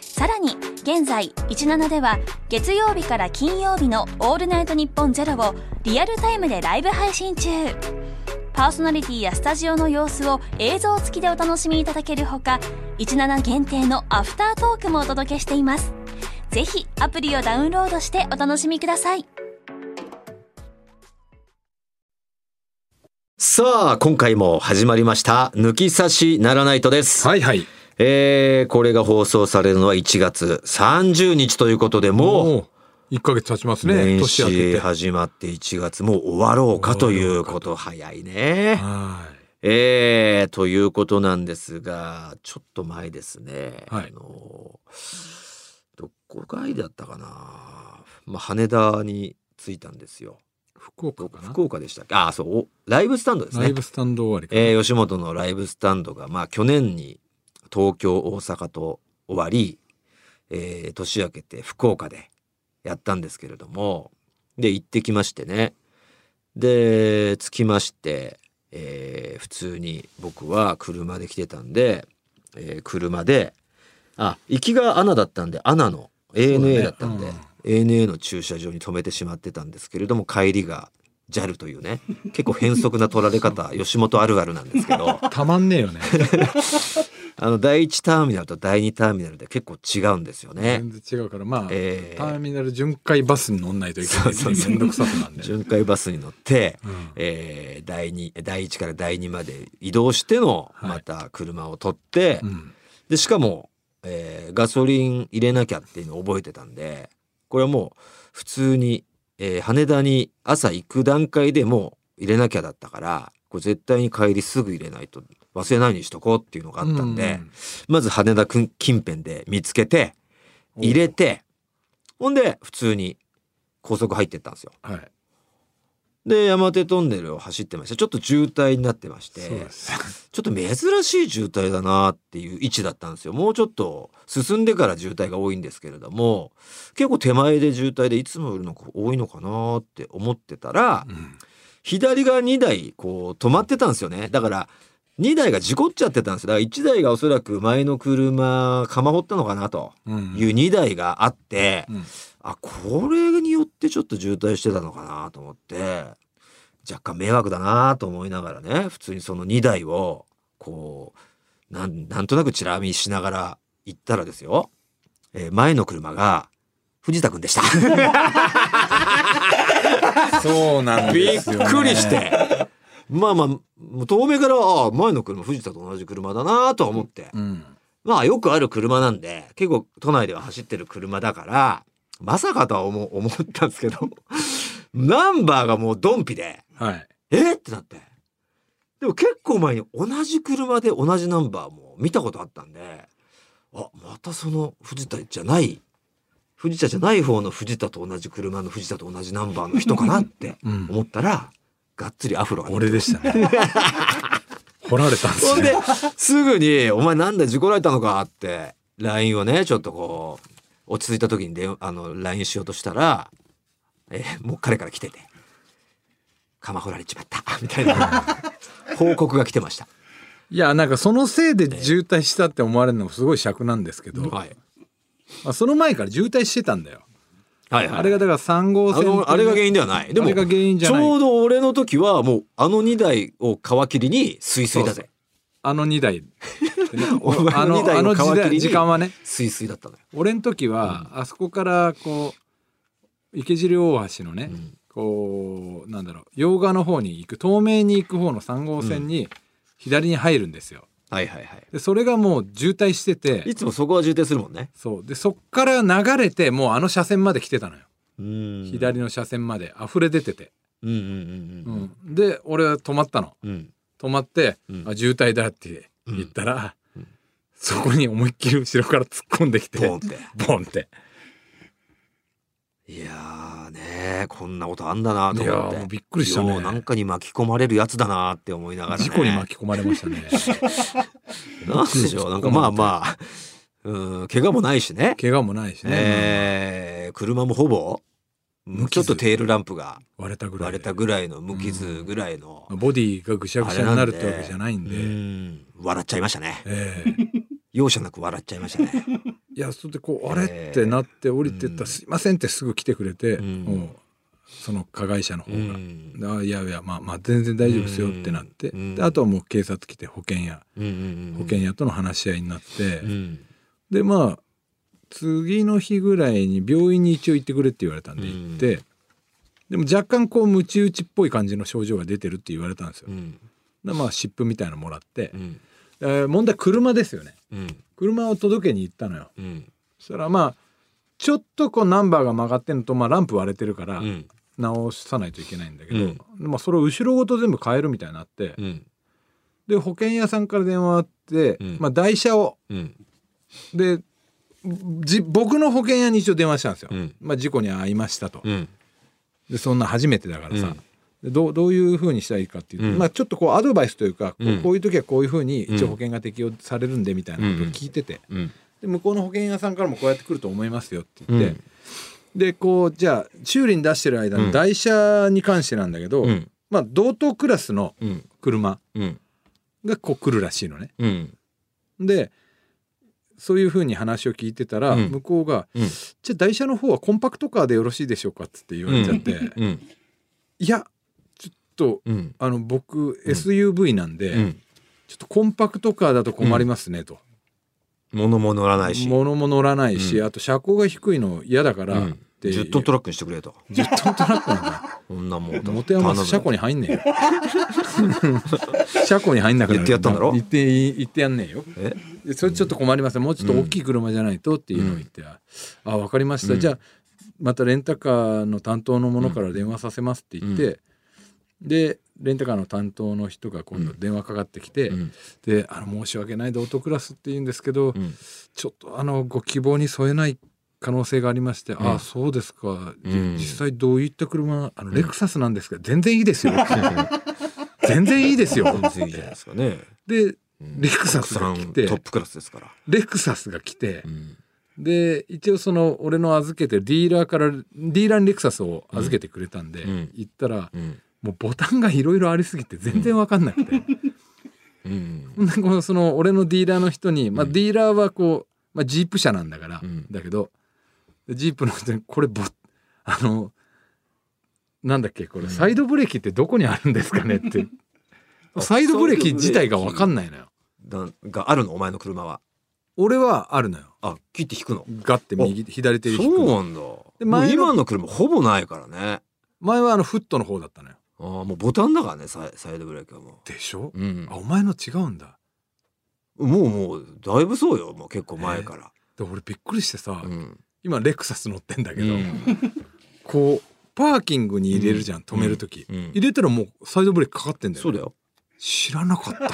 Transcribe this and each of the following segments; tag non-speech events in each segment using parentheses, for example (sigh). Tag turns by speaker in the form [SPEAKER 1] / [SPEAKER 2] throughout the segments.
[SPEAKER 1] さらに現在17では月曜日から金曜日の「オールナイトニッポンゼロをリアルタイムでライブ配信中パーソナリティやスタジオの様子を映像付きでお楽しみいただけるほか17限定のアフタートークもお届けしていますぜひアプリをダウンロードしてお楽しみください
[SPEAKER 2] さあ、今回も始まりました。抜き差しならないとです。
[SPEAKER 3] はいはい。
[SPEAKER 2] えー、これが放送されるのは1月30日ということで、もう、
[SPEAKER 3] う1ヶ月経ちますね。
[SPEAKER 2] 年
[SPEAKER 3] 年明け
[SPEAKER 2] 始
[SPEAKER 3] て。は
[SPEAKER 2] 始まって1月もう終わろうかということ、早いね。えー、ということなんですが、ちょっと前ですね。
[SPEAKER 3] はい
[SPEAKER 2] あの、どこがいだったかな。まあ、羽田に着いたんですよ。
[SPEAKER 3] い。福岡かな。
[SPEAKER 2] 福岡でしたっけあ、そう、おライブスタンドですね。
[SPEAKER 3] ライブスタンド終わりかな。
[SPEAKER 2] えー吉本のライブスタンドが、まあ、去年に東京大阪と終わり、えー年明けて福岡でやったんですけれどもで行ってきましてねで着きまして、えー普通に僕は車で来てたんで、えー車であ行きがアナだったんでアナの
[SPEAKER 3] うだね
[SPEAKER 2] ANA だったんで、
[SPEAKER 3] うん
[SPEAKER 2] ANA の駐車場に止めてしまってたんですけれども帰りが JAL という
[SPEAKER 3] (laughs)
[SPEAKER 2] ね結構変則な取られ方吉本あるあるなんですけ
[SPEAKER 3] (laughs)
[SPEAKER 2] ど
[SPEAKER 3] たまんねえよね。
[SPEAKER 2] あの第1ターミナルと第2ターミナルで結構違うんですよね。
[SPEAKER 3] 全然違うから、まあ、
[SPEAKER 2] えー
[SPEAKER 3] ターミナル巡回バスに乗んないといけないって
[SPEAKER 2] そうそうそう
[SPEAKER 3] めんどくさくなんで。
[SPEAKER 2] 巡回バスに乗って、
[SPEAKER 3] うん
[SPEAKER 2] えー第二第1から第2まで移動しての
[SPEAKER 3] はい
[SPEAKER 2] また車を取って、
[SPEAKER 3] うん。
[SPEAKER 2] でしかも、えーガソリン入れなきゃっていうのを覚えてたんでこれはもう普通に、えー羽田に朝行く段階でもう入れなきゃだったからこれ絶対に帰りすぐ入れないと忘れないようにしとこうっていうのがあったんで。
[SPEAKER 3] う
[SPEAKER 2] まず羽田くん近辺で見つけて、
[SPEAKER 3] おう
[SPEAKER 2] 入れて、ほんで、普通に高速入ってったんですよ。
[SPEAKER 3] はい。
[SPEAKER 2] で、山手トンネルを走ってました。ちょっと渋滞になってまして、
[SPEAKER 3] そうです。
[SPEAKER 2] ちょっと珍しい渋滞だなっていう位置だったんですよ。もうちょっと進んでから渋滞が多いんですけれども、結構手前で渋滞でいつもよりの多いのかなって思ってたら、
[SPEAKER 3] うん
[SPEAKER 2] 左が2台こう止まってたんですよねだから2台が事故っちゃってたんですよだから1台がおそらく前の車かまほったのかなと
[SPEAKER 3] うん
[SPEAKER 2] いう2台があって、
[SPEAKER 3] うん
[SPEAKER 2] あこれによってちょっと渋滞してたのかなと思って若干迷惑だなと思いながらね普通にその2台をこうなんなんとなくチラ見しながら行ったらですよ、えー前の車が藤田君でした。
[SPEAKER 3] そうな
[SPEAKER 2] (laughs)
[SPEAKER 3] ん
[SPEAKER 2] び
[SPEAKER 3] で
[SPEAKER 2] っ
[SPEAKER 3] すよね
[SPEAKER 2] くりし。 (laughs) て。まあまあ、もう遠目から、ああ、前の車、藤田と同じ車だなとは思って。
[SPEAKER 3] うん。
[SPEAKER 2] まあ、よくある車なんで、結構都内では走ってる車だから、まさかとは思う (laughs) 思ったんですけど、ナンバーがもうドンピで、
[SPEAKER 3] はい。
[SPEAKER 2] えっってなって。でも結構前に同じ車で同じナンバーも見たことあったんで、あ、またその藤田じゃない、藤田じゃない方の藤田と同じ車の藤田と同じナンバーの人かなって
[SPEAKER 3] うん
[SPEAKER 2] 思ったら、がっつりアフロが出て
[SPEAKER 3] 俺でしたね。掘られたんです
[SPEAKER 2] ほん
[SPEAKER 3] ね
[SPEAKER 2] で、 (laughs) すぐに、お前なんだ事故られたのかって、LINE をね、ちょっとこう、落ち着いた時に電話あの、LINE しようとしたら、えーもう彼から来てて、かまほられちまった、みたい
[SPEAKER 3] (laughs)
[SPEAKER 2] な、報告が来てました。
[SPEAKER 3] いやなんかそのせいで渋滞したって思われるのもすごい尺なんですけど、
[SPEAKER 2] はい。
[SPEAKER 3] まあ、その前から渋滞してたんだよ、
[SPEAKER 2] はい、はい。
[SPEAKER 3] あれがだから3号
[SPEAKER 2] あ
[SPEAKER 3] 線
[SPEAKER 2] のあれが原因ではない。でも、
[SPEAKER 3] あれが原因じゃない
[SPEAKER 2] ちょうど俺の時は、もう、あの2台を皮切りに、すいすいだぜ。
[SPEAKER 3] あの2台
[SPEAKER 2] (laughs) お前
[SPEAKER 3] あ
[SPEAKER 2] の
[SPEAKER 3] の
[SPEAKER 2] 2台
[SPEAKER 3] あ
[SPEAKER 2] を
[SPEAKER 3] の時
[SPEAKER 2] 皮切り
[SPEAKER 3] 代
[SPEAKER 2] に、
[SPEAKER 3] 時間はね
[SPEAKER 2] すいすいだったのよ。
[SPEAKER 3] 俺の時は、あそこからこう池尻大橋のね、
[SPEAKER 2] ん
[SPEAKER 3] こうなんだろう洋画の方に行く東名に行く方の3号線に左に入るんですよ、
[SPEAKER 2] はいはいはい。
[SPEAKER 3] でそれがもう渋滞してて
[SPEAKER 2] いつもそこは渋滞するもんね。
[SPEAKER 3] そうでそっから流れてもうあの車線まで来てたのよ
[SPEAKER 2] うん。
[SPEAKER 3] 左の車線まで溢れ出てて、
[SPEAKER 2] うんうんう
[SPEAKER 3] うんん、で俺は止まったの
[SPEAKER 2] うん。うん。
[SPEAKER 3] 止まって、
[SPEAKER 2] うん
[SPEAKER 3] あ渋滞だって言ったら、
[SPEAKER 2] うんうん
[SPEAKER 3] そこに思いっきり後ろから突っ込んできて
[SPEAKER 2] ポンって。
[SPEAKER 3] ボンって
[SPEAKER 2] いやーやねこんなことあんだなと
[SPEAKER 3] いや
[SPEAKER 2] 思っ
[SPEAKER 3] ーも
[SPEAKER 2] て
[SPEAKER 3] うびっくりしたね
[SPEAKER 2] ようなんかに巻き込まれるやつだなって思いながら、ね、
[SPEAKER 3] 事故に巻き込まれましたね
[SPEAKER 2] (laughs) なんでしょうなんかまあまあうん怪我もないしね
[SPEAKER 3] 怪我もないしね、
[SPEAKER 2] えー車もほぼ
[SPEAKER 3] 無傷
[SPEAKER 2] ちょっとテールランプが
[SPEAKER 3] 割れたぐらい
[SPEAKER 2] 割れ
[SPEAKER 3] で
[SPEAKER 2] たぐらいの無傷ぐらいの、
[SPEAKER 3] ボディがぐしゃぐしゃになるってわけじゃないんで
[SPEAKER 2] うん笑っちゃいましたね
[SPEAKER 3] ええ
[SPEAKER 2] 容赦なく笑っちゃいましたね
[SPEAKER 3] (laughs) いやそれでこう
[SPEAKER 2] (laughs) え
[SPEAKER 3] あ
[SPEAKER 2] え
[SPEAKER 3] れってなって降りてった
[SPEAKER 2] うん
[SPEAKER 3] ら「すいません」ってすぐ来てくれて、
[SPEAKER 2] うん
[SPEAKER 3] もうその加害者の方
[SPEAKER 2] う
[SPEAKER 3] が
[SPEAKER 2] ん
[SPEAKER 3] 「あいやいやまあまあ全然大丈夫ですよ」ってなって、
[SPEAKER 2] うん
[SPEAKER 3] であとはもう警察来て保険屋
[SPEAKER 2] うんうん
[SPEAKER 3] 保険屋との話し合いになって、
[SPEAKER 2] うん
[SPEAKER 3] でまあ次の日ぐらいに病院に一応行ってくれって言われたんで
[SPEAKER 2] うん
[SPEAKER 3] 行って、でも若干こうムチ打ちっぽい感じの症状が出てるって言われたんですよ。
[SPEAKER 2] うん
[SPEAKER 3] でまあ湿布みたいなのもらって
[SPEAKER 2] う、ん
[SPEAKER 3] えー問題車ですよね
[SPEAKER 2] うん
[SPEAKER 3] 車を届けに行ったのよ。
[SPEAKER 2] うん
[SPEAKER 3] そしたらまあちょっとこうナンバーが曲がってんのと、まあ、ランプ割れてるから
[SPEAKER 2] うん
[SPEAKER 3] 直さないといけないんだけど、
[SPEAKER 2] うん
[SPEAKER 3] まあ、それを後ろごと全部変えるみたいになって、
[SPEAKER 2] うん
[SPEAKER 3] で保険屋さんから電話あって、
[SPEAKER 2] うん
[SPEAKER 3] まあ、台車を
[SPEAKER 2] うん
[SPEAKER 3] でじ僕の保険屋に一応電話したんですよ、
[SPEAKER 2] うん
[SPEAKER 3] まあ、事故に遭いましたと、
[SPEAKER 2] うん
[SPEAKER 3] でそんな初めてだからさ、
[SPEAKER 2] うん
[SPEAKER 3] でどうどういうふうにしたらいいかっていうと、
[SPEAKER 2] うん
[SPEAKER 3] まあ、ちょっとこうアドバイスというか、こう
[SPEAKER 2] うん
[SPEAKER 3] こういう時はこういうふうに一
[SPEAKER 2] うん
[SPEAKER 3] 応保険が適用されるんでみたいなことを聞いてて、
[SPEAKER 2] うん
[SPEAKER 3] で向こうの保険屋さんからもこうやって来ると思いますよって
[SPEAKER 2] う
[SPEAKER 3] 言って。
[SPEAKER 2] ん
[SPEAKER 3] でこうじゃあ修理に出してる間
[SPEAKER 2] うん
[SPEAKER 3] に台車に関してなんだけど、
[SPEAKER 2] うん
[SPEAKER 3] まあ同等クラスの
[SPEAKER 2] うん
[SPEAKER 3] 車
[SPEAKER 2] うん
[SPEAKER 3] がこう来るらしいのね。
[SPEAKER 2] うん
[SPEAKER 3] でそういうふうに話を聞いてたら、
[SPEAKER 2] うん
[SPEAKER 3] 向こうが、
[SPEAKER 2] うん
[SPEAKER 3] じゃあ台車の方はコンパクトカーでよろしいでしょうか?」っつって言われちゃって「
[SPEAKER 2] うん
[SPEAKER 3] いやちょっと
[SPEAKER 2] うん
[SPEAKER 3] あの
[SPEAKER 2] う
[SPEAKER 3] 僕
[SPEAKER 2] ん
[SPEAKER 3] SUV なんで、
[SPEAKER 2] うん
[SPEAKER 3] ちょっとコンパクトカーだと困りますね」と。
[SPEAKER 2] 物も乗らないし
[SPEAKER 3] 物も乗らないし、
[SPEAKER 2] うん
[SPEAKER 3] あと車高が低いの嫌だから、
[SPEAKER 2] うん
[SPEAKER 3] って
[SPEAKER 2] 10トントラックにしてくれと
[SPEAKER 3] 10トントラックなんだよ
[SPEAKER 2] こんなもん
[SPEAKER 3] 持て余す車庫
[SPEAKER 2] に
[SPEAKER 3] に入んねえよ車庫に入んなくな
[SPEAKER 2] 言
[SPEAKER 3] る
[SPEAKER 2] ってやったんだろ
[SPEAKER 3] 言って言ってやんねえよ
[SPEAKER 2] え
[SPEAKER 3] でそれちょっと困りますもうちょっと大きい車じゃないとっていうのを言って、ああ分かりました、
[SPEAKER 2] うん
[SPEAKER 3] じゃあまたレンタカーの担当の者から電話させますって言って、でレンタカーの担当の人が今度電話かかってきて、
[SPEAKER 2] うん
[SPEAKER 3] であの申し訳ないでオートクラスって言うんですけど、
[SPEAKER 2] うん
[SPEAKER 3] ちょっとあのご希望に添えない可能性がありまして、
[SPEAKER 2] ん
[SPEAKER 3] ああそうですか、じ
[SPEAKER 2] うん
[SPEAKER 3] 実際どういった車あのレクサスなんですけど全然い
[SPEAKER 2] (laughs)
[SPEAKER 3] いですよ全然いいですよ
[SPEAKER 2] 全然いいじゃないですかね
[SPEAKER 3] で
[SPEAKER 2] うん
[SPEAKER 3] レクサス
[SPEAKER 2] 国
[SPEAKER 3] が
[SPEAKER 2] 産
[SPEAKER 3] 来
[SPEAKER 2] トッ
[SPEAKER 3] て
[SPEAKER 2] プクラスですから
[SPEAKER 3] レクサスが来て
[SPEAKER 2] う、ん
[SPEAKER 3] で一応その俺の預けてるディーラーからディーラーにレクサスを預けてくれたんで、
[SPEAKER 2] うん
[SPEAKER 3] 行ったら
[SPEAKER 2] うん
[SPEAKER 3] もうボタンがいろいろありすぎて全然わかんなく (laughs) て、
[SPEAKER 2] うん
[SPEAKER 3] でこのその俺のディーラーの人に、まあ、
[SPEAKER 2] うん
[SPEAKER 3] ディーラーはこう、まあ、ジープ車なんだから、
[SPEAKER 2] うん
[SPEAKER 3] だけどジープの人にこれボあのなんだっけこれ、
[SPEAKER 2] うん
[SPEAKER 3] サイドブレーキってどこにあるんですかねって (laughs) サイドブレーキ自体が分かんないのよ
[SPEAKER 2] だがあるのお前の車は
[SPEAKER 3] 俺はあるのよ
[SPEAKER 2] あ切って引くの
[SPEAKER 3] ガッて右左手で引
[SPEAKER 2] そう
[SPEAKER 3] く
[SPEAKER 2] なんだ
[SPEAKER 3] で
[SPEAKER 2] もう
[SPEAKER 3] 前の
[SPEAKER 2] 今の車ほぼないからね
[SPEAKER 3] 前はあのフットの方だったのよ
[SPEAKER 2] あーもうボタンだからねサイサイドブレーキはも
[SPEAKER 3] でしょ、
[SPEAKER 2] う、うん
[SPEAKER 3] あ、お前の違うんだ
[SPEAKER 2] もうもうだいぶそうよもう結構前から、
[SPEAKER 3] で俺びっくりしてさ、
[SPEAKER 2] うん
[SPEAKER 3] 今レクサス乗ってんだけど、
[SPEAKER 2] うん
[SPEAKER 3] こうパーキングに入れるじゃん、止める時、
[SPEAKER 2] うん
[SPEAKER 3] 入れたらもうサイドブレーキかかってんだよね
[SPEAKER 2] そうだよ
[SPEAKER 3] 知らなかった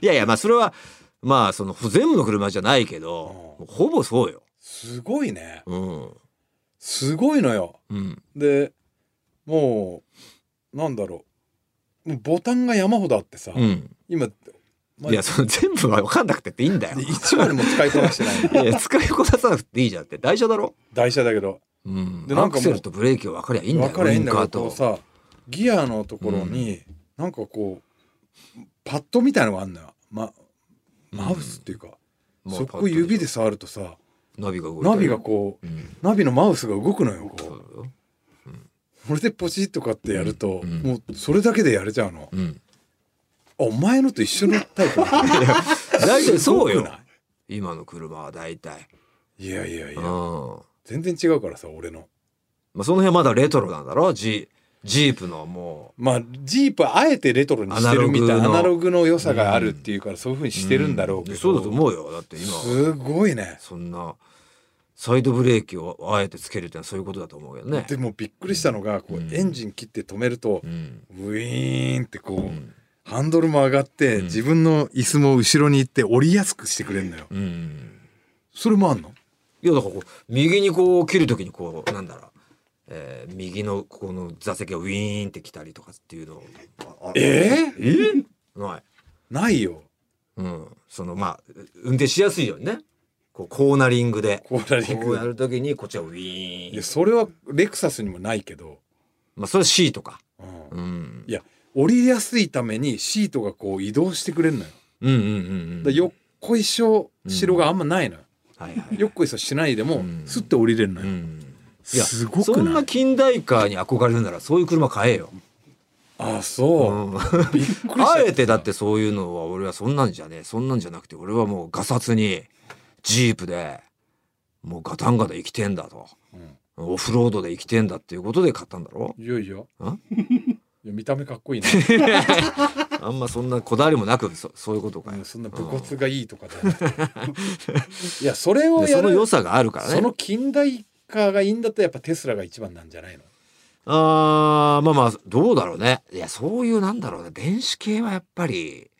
[SPEAKER 2] いやいやまあそれはまあその全部の車じゃないけど、
[SPEAKER 3] う
[SPEAKER 2] ほぼそうよ
[SPEAKER 3] すごいね
[SPEAKER 2] うん
[SPEAKER 3] すごいのよ
[SPEAKER 2] うん
[SPEAKER 3] でもうなんだろうもうボタンが山ほどあってさ、
[SPEAKER 2] うん
[SPEAKER 3] 今、まあ
[SPEAKER 2] いやその全部は分かんなくてっていいんだよ
[SPEAKER 3] 一割も使いこなして (laughs) な
[SPEAKER 2] い
[SPEAKER 3] い
[SPEAKER 2] やいや使いこなさなくていいじゃんって台車だろ
[SPEAKER 3] 台車だけど
[SPEAKER 2] うん
[SPEAKER 3] でな
[SPEAKER 2] ア
[SPEAKER 3] んかもう
[SPEAKER 2] クセルとブレーキは分かりゃいいんだよ
[SPEAKER 3] 分かりゃいいんだ
[SPEAKER 2] ウ
[SPEAKER 3] け
[SPEAKER 2] イン
[SPEAKER 3] ど
[SPEAKER 2] カー
[SPEAKER 3] ことうさギアのところに、なんかこうパッドみたいのがあんのよ、ま、マウスっていうか、
[SPEAKER 2] まあ
[SPEAKER 3] そこ指で触るとさ
[SPEAKER 2] ナビが動いて
[SPEAKER 3] ナビがこう
[SPEAKER 2] うん
[SPEAKER 3] ナビのマウスが動くのよ
[SPEAKER 2] そう
[SPEAKER 3] こ
[SPEAKER 2] だよ
[SPEAKER 3] うこれでポチッとかってやると、
[SPEAKER 2] うん
[SPEAKER 3] もうそれだけでやれちゃうの、あ
[SPEAKER 2] うん
[SPEAKER 3] お前のと一緒のタイ
[SPEAKER 2] (laughs)
[SPEAKER 3] プなんだ
[SPEAKER 2] 大体そう
[SPEAKER 3] すご
[SPEAKER 2] よ
[SPEAKER 3] くな
[SPEAKER 2] 今の車は大体
[SPEAKER 3] いいやいやい
[SPEAKER 2] うん
[SPEAKER 3] や
[SPEAKER 2] ま
[SPEAKER 3] 全然違うからさ俺の
[SPEAKER 2] あその辺まだレトロなんだろジジープのも
[SPEAKER 3] まあジープはあえてレトロにしてるみた
[SPEAKER 2] アナログ
[SPEAKER 3] いな
[SPEAKER 2] の
[SPEAKER 3] アナログの良さがあるっていうからそういうふうに
[SPEAKER 2] う
[SPEAKER 3] してるんだろうけど、
[SPEAKER 2] んそうだと思うよだって今は
[SPEAKER 3] すごいね
[SPEAKER 2] そんなサイドブレーキをあえてつけるってのはそういうことだと思うよね
[SPEAKER 3] でもびっくりしたのがこう、
[SPEAKER 2] うん
[SPEAKER 3] エンジン切って止めると、
[SPEAKER 2] うん
[SPEAKER 3] ウィーンってこう、
[SPEAKER 2] うん
[SPEAKER 3] ハンドルも上がって、
[SPEAKER 2] うん
[SPEAKER 3] 自分の椅子も後ろに行って降りやすくしてくれるのよ
[SPEAKER 2] うん
[SPEAKER 3] それもあんの
[SPEAKER 2] いやだからこう右にこう切るときにこうなんだろうえー右のここの座席がウィーンって来たりとかっていうのああ
[SPEAKER 3] え
[SPEAKER 2] えーない、
[SPEAKER 3] ないよ
[SPEAKER 2] うん、そのまあ運転しやすいようにねこうコーナリングで
[SPEAKER 3] コーナリング
[SPEAKER 2] こうやるときにこっちはウィ
[SPEAKER 3] いや
[SPEAKER 2] ーン
[SPEAKER 3] それはレクサスにもないけど、
[SPEAKER 2] まあそれは C とか
[SPEAKER 3] うん
[SPEAKER 2] うん
[SPEAKER 3] いや降りやすいためにシートがこう移動してくれるのよ
[SPEAKER 2] うんうんうんうん
[SPEAKER 3] だから横一緒城があんまないのよ、
[SPEAKER 2] はいはい
[SPEAKER 3] 横一緒しないで
[SPEAKER 2] う
[SPEAKER 3] も
[SPEAKER 2] ん
[SPEAKER 3] スッて降りれるの
[SPEAKER 2] う
[SPEAKER 3] よ、
[SPEAKER 2] んいや
[SPEAKER 3] すご
[SPEAKER 2] そ
[SPEAKER 3] く
[SPEAKER 2] ん
[SPEAKER 3] な
[SPEAKER 2] ない近代化に憧れるならそういう車買えよ、
[SPEAKER 3] あ
[SPEAKER 2] う
[SPEAKER 3] そ
[SPEAKER 2] ん、
[SPEAKER 3] う、びっくりした
[SPEAKER 2] あえてだってそういうのは俺はそんなんじゃねえそんなんじゃなくて俺はもうガサツにジープでもうガタンガタ生きてんだと
[SPEAKER 3] うん
[SPEAKER 2] オフロードで生きてんだっていうことで買ったんだろ
[SPEAKER 3] いよいよ
[SPEAKER 2] ん
[SPEAKER 3] いや見た目かっ
[SPEAKER 2] (laughs)
[SPEAKER 3] こいいね
[SPEAKER 2] あんまそんなこだわりもなくそそういうことかよ
[SPEAKER 3] そんな武骨がいいとかじゃなくて (laughs) いやそれを
[SPEAKER 2] で
[SPEAKER 3] や
[SPEAKER 2] その
[SPEAKER 3] る
[SPEAKER 2] 良さがあるからね
[SPEAKER 3] その近代化がいいんだったらやっぱテスラが一番なんじゃないの
[SPEAKER 2] あーまあまあどうだろうねいやそういうなんだろうね電子系はやっぱり